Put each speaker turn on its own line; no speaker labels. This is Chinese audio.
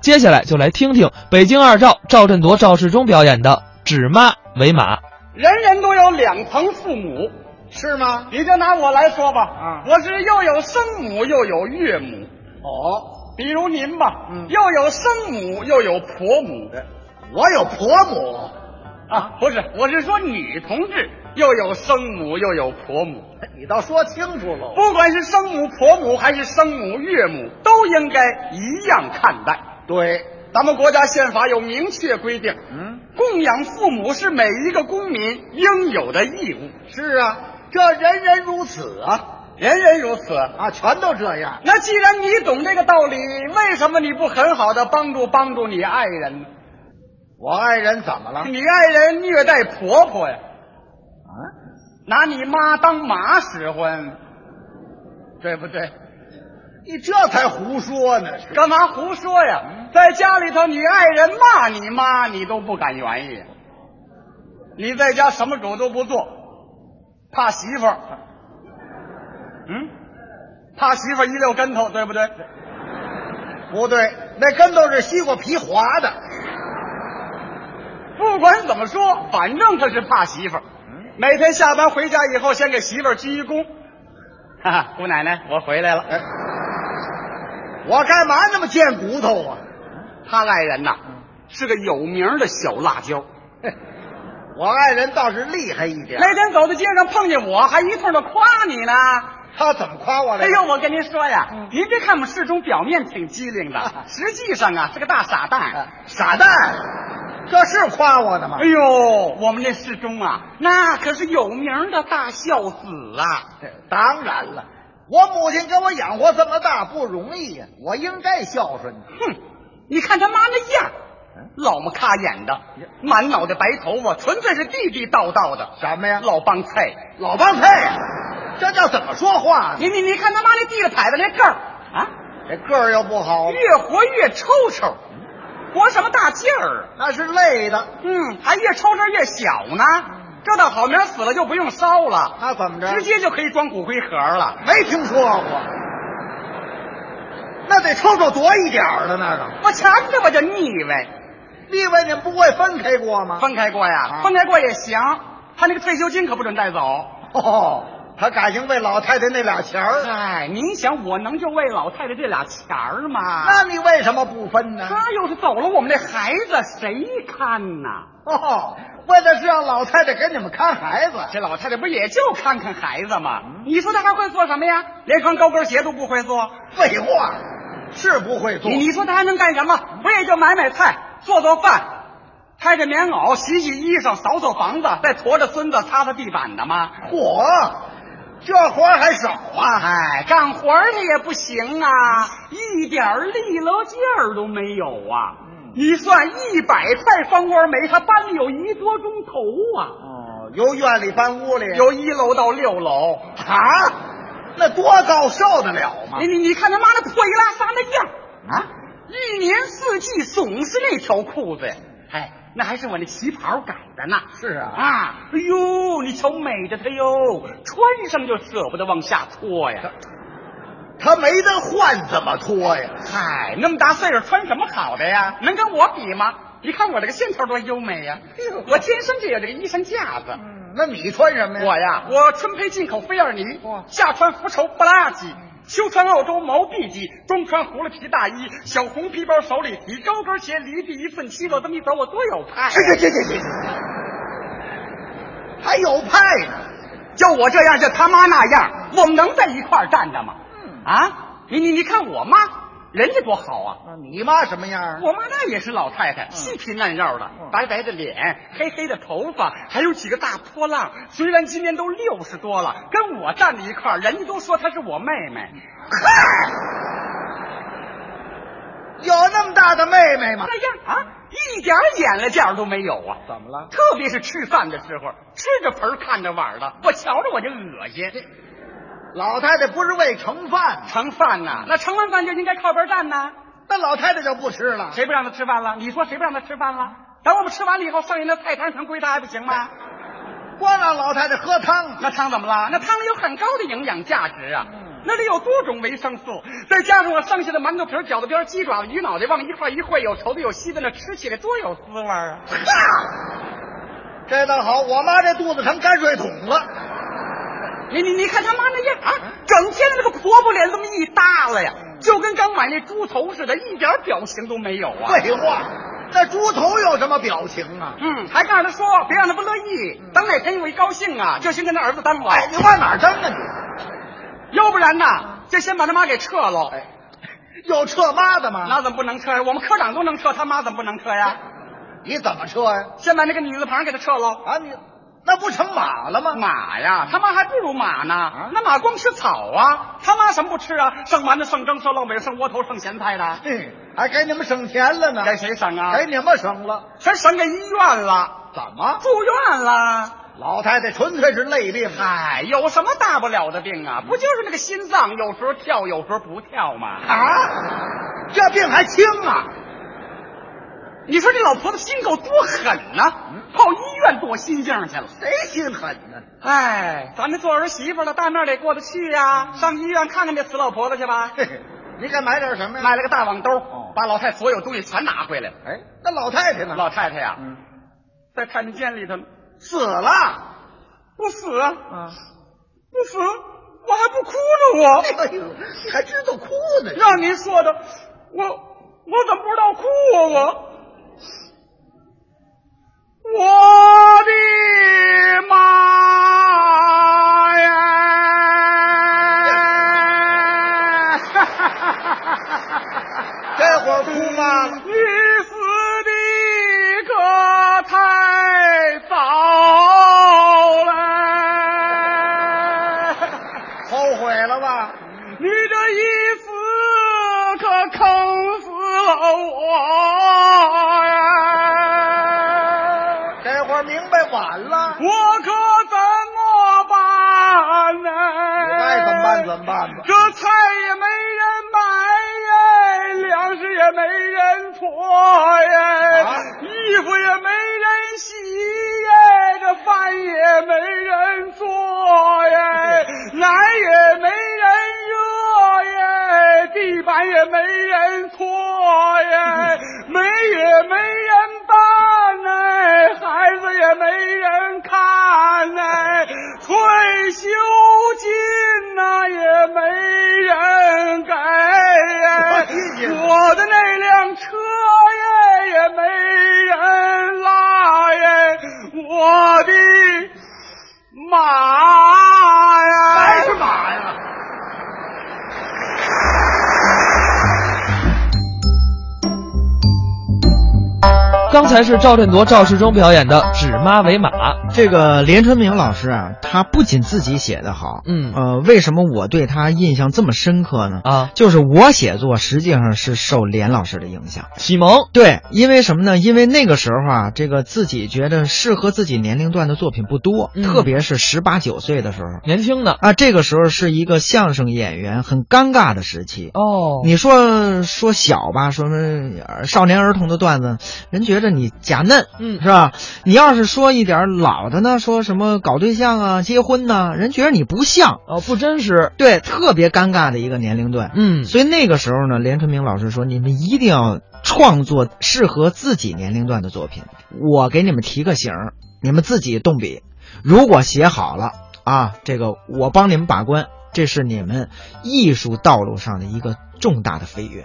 接下来就来听听北京二赵赵振铎、赵世忠表演的《指妈为马》。
人人都有两层父母，
是吗？
你就拿我来说吧，
啊
我是又有生母又有岳母，
哦，
比如您吧，
嗯
又有生母又有婆母
我有婆母，
啊，不是，我是说女同志又有生母又有婆母，
你倒说清楚喽。
不管是生母、婆母还是生母、岳母，都应该一样看待。
对，
咱们国家宪法有明确规定，
嗯，
供养父母是每一个公民应有的义务。
是啊，这人人如此啊
人人如此。
啊，全都这样。
那既然你懂这个道理，为什么你不很好的帮助帮助你爱人呢？
我爱人怎么了？
你爱人虐待婆婆呀，
啊，
拿你妈当马使唤，对不对？
你这才胡说呢。是
干嘛胡说呀？在家里头，你爱人骂你妈，你都不敢原意。你在家什么主都不做，怕媳妇儿，嗯，怕媳妇儿一溜跟头，对不对？
不对，那跟头是西瓜皮划的。
不管怎么说，反正他是怕媳妇儿。每天下班回家以后，先给媳妇儿鞠一躬。哈哈，姑奶奶，我回来了。
哎，我干嘛那么贱骨头啊？
他爱人呐，是个有名的小辣椒。
我爱人倒是厉害一点。
那天走在街上碰见我，还一通的夸你 呢。
他怎么夸我来
哎
着？
呦，我跟您说呀，您别看我们世忠表面挺机灵 的，实际上啊是个大傻蛋。
哎傻蛋，这是夸我的吗
哎？呦，我们这世忠啊，那可是有名的大孝子啊。
当然了，我母亲给我养活这么大不容易呀，我应该孝顺你。
哼，你看他妈那样
嗯，
老么卡眼的，满脑袋白头发，纯粹是地地道道的
什么呀？
老帮菜。
老帮菜呀，这叫怎么说话呢？
你你你看他妈那地里牌子那个儿啊，
这个儿又不好，
越活越抽抽，活什么大劲儿啊？
那是累的。
嗯，还越抽抽越小呢。这倒好，明儿死了就不用烧了，
他怎么着？
直接就可以装骨灰盒了。
没听说过，那得抽抽多一点儿的那个。
我瞧着我就腻歪。
立伟，你们不会分开过吗？
分开过呀，
啊
分开过也行，他那个退休金可不准带走。
哦，他感情为老太太那俩钱儿，
哎，您想我能就为老太太这俩钱儿吗？
那你为什么不分呢？
他要是走了，我们这孩子谁看呐？
哦，为的是让老太太给你们看孩子。
这老太太不也就看看孩子吗？你说她还会做什么呀？连双高跟鞋都不会做。
废话，是不会做
你。你说她还能干什么？不也就买买菜、做做饭、拆拆棉袄、洗洗衣裳、扫扫房子，再驮着孙子擦擦地板的吗？
火，这活儿还少啊？还
哎干活儿他也不行啊，一点儿利落劲儿都没有啊！
嗯
你算一百块方花煤，他搬了有一多钟头啊，
哦，由院里搬屋里
由一楼到六楼。
啊？那多高受得了吗
你？哎你你看他妈那破衣拉撒那样儿，
啊，
一年四季总是那条裤子呀！哎，那还是我那旗袍改的呢。
是啊
啊，哎呦，你瞧美着他哟，穿上就舍不得往下脱呀。
他没得换，怎么脱呀？
嗨，那么大岁数穿什么好的呀？能跟我比吗？你看我这个线条多优美呀！我天生就有这个衣裳架子。
嗯那你穿什么呀？
我呀，我春培进口菲尔尼
嗯哇，嗯
夏穿福绸布拉吉，秋穿澳洲毛 B 级，冬穿葫芦皮大衣，小红皮包手里提，高跟鞋离地一寸七，我这么一走，我多有派呀！
这这这这这，还有派呢？
就我这样，就他妈那样，我们能在一块儿站着吗？
嗯
啊，你你你看我妈，人家多好啊！
你妈什么样啊？
我妈那也是老太太，细皮嫩肉的，
嗯
白白的脸，黑黑的头发，还有几个大波浪。虽然今年都六十多了，跟我站在一块儿，人家都说她是我妹妹。
有那么大的妹妹吗？
那样啊，一点眼力见儿都没有啊！
怎么了？
特别是吃饭的时候，吃着盆儿看着碗儿的，我瞧着我就恶心。
老太太不是为盛饭吗，
盛饭呐、那盛完饭就应该靠边站呐、
嗯那老太太就不吃了。
谁不让他吃饭了？你说谁不让他吃饭了？等我们吃完了以后，剩下那菜汤全归他还不行吗？
嗯光让老太太喝汤，
那汤怎么了？那汤有很高的营养价值啊！
嗯
那里有多种维生素，再加上我剩下的馒头皮儿、饺子皮儿、鸡爪子、鱼脑袋往一块一烩，有稠的有稀的，那吃起来多有滋味儿啊！
这倒好，我妈这肚子成泔水桶了。
你你你看他妈那样啊，整天的那个婆婆脸这么一耷拉呀，就跟刚买那猪头似的，一点表情都没有啊！
废话，那猪头有什么表情啊？
嗯，还告诉他说，别让他不乐意，等哪天我一高兴啊，就先跟他儿子单了，
嗯哎，你往哪儿蹬啊你？
要不然呐，就先把他妈给撤喽。
哎有撤妈的吗？
那怎么不能撤呀？我们科长都能撤，他妈怎么不能撤呀？
你怎么撤呀、
先把那个女字旁给他撤喽。
啊？你那不成马了吗？啊
马呀，他妈还不如马呢。那马光吃草啊，他妈什么不吃啊？剩馒头、剩蒸、剩烙饼、剩窝头、剩咸菜的，
嗯，还给你们省钱了呢，
给谁省啊？
给你们省了。
全省给医院了，
怎么？
住院了。
老太太纯粹是累病啊！
哎，有什么大不了的病啊？不就是那个心脏有时候跳，有时候不跳吗？
啊，这病还轻啊！
你说这老婆子心够多狠呐、跑医院躲心镜去了。
嗯谁心狠呢？
哎，咱们做儿媳妇的，大面得过得去呀、
嗯
上医院看看这死老婆子去吧。
嘿嘿，你该买点什么呀？
买了个大网兜，
嗯哦
把老太所有东西全拿回来了。
哎，那老太太呢？
老太太呀、
嗯，
在太平间里头呢
死了
不死啊，
啊！
不死，我还不哭呢，我
哎呦，还知道哭呢！
让您说的，我我怎么不知道哭啊？我我的妈呀！
这会儿哭吗？
你死的可太早了。
后悔了吧？
你这一死可坑死了我呀！
这会儿明白晚了。
我可怎么办呢？
爱怎么办怎么办吧。
这菜也没人买耶，粮食也没人驮耶，
啊
衣服也没人洗耶，这饭也没人做耶，奶也没人热耶，地板也没人拖耶，煤也没人搬呢，孩子也没人看呢，退休金呐、也没人给耶，我的那辆车耶也没人拉耶，我的马呀，
还是哎马呀？
刚才是赵振铎、赵世忠表演的《指妈为马》。
这个连春明老师啊，他不仅自己写的好，
嗯
呃，为什么我对他印象这么深刻呢？
啊，
就是我写作实际上是受连老师的影响。
启蒙
对，因为什么呢？因为那个时候啊，这个自己觉得适合自己年龄段的作品不多，
嗯
特别是十八九岁的时候
年轻的
啊，这个时候是一个相声演员很尴尬的时期。
哦
你说说小吧，说呃少年儿童的段子，人觉着你假嫩，
嗯
是吧？你要是说一点老的呢，说什么搞对象啊、结婚呐、人觉得你不像，
哦，不真实。
对，特别尴尬的一个年龄段。
嗯
所以那个时候呢，连春明老师说，你们一定要创作适合自己年龄段的作品。我给你们提个醒儿，你们自己动笔。如果写好了啊，这个我帮你们把关，这是你们艺术道路上的一个重大的飞跃。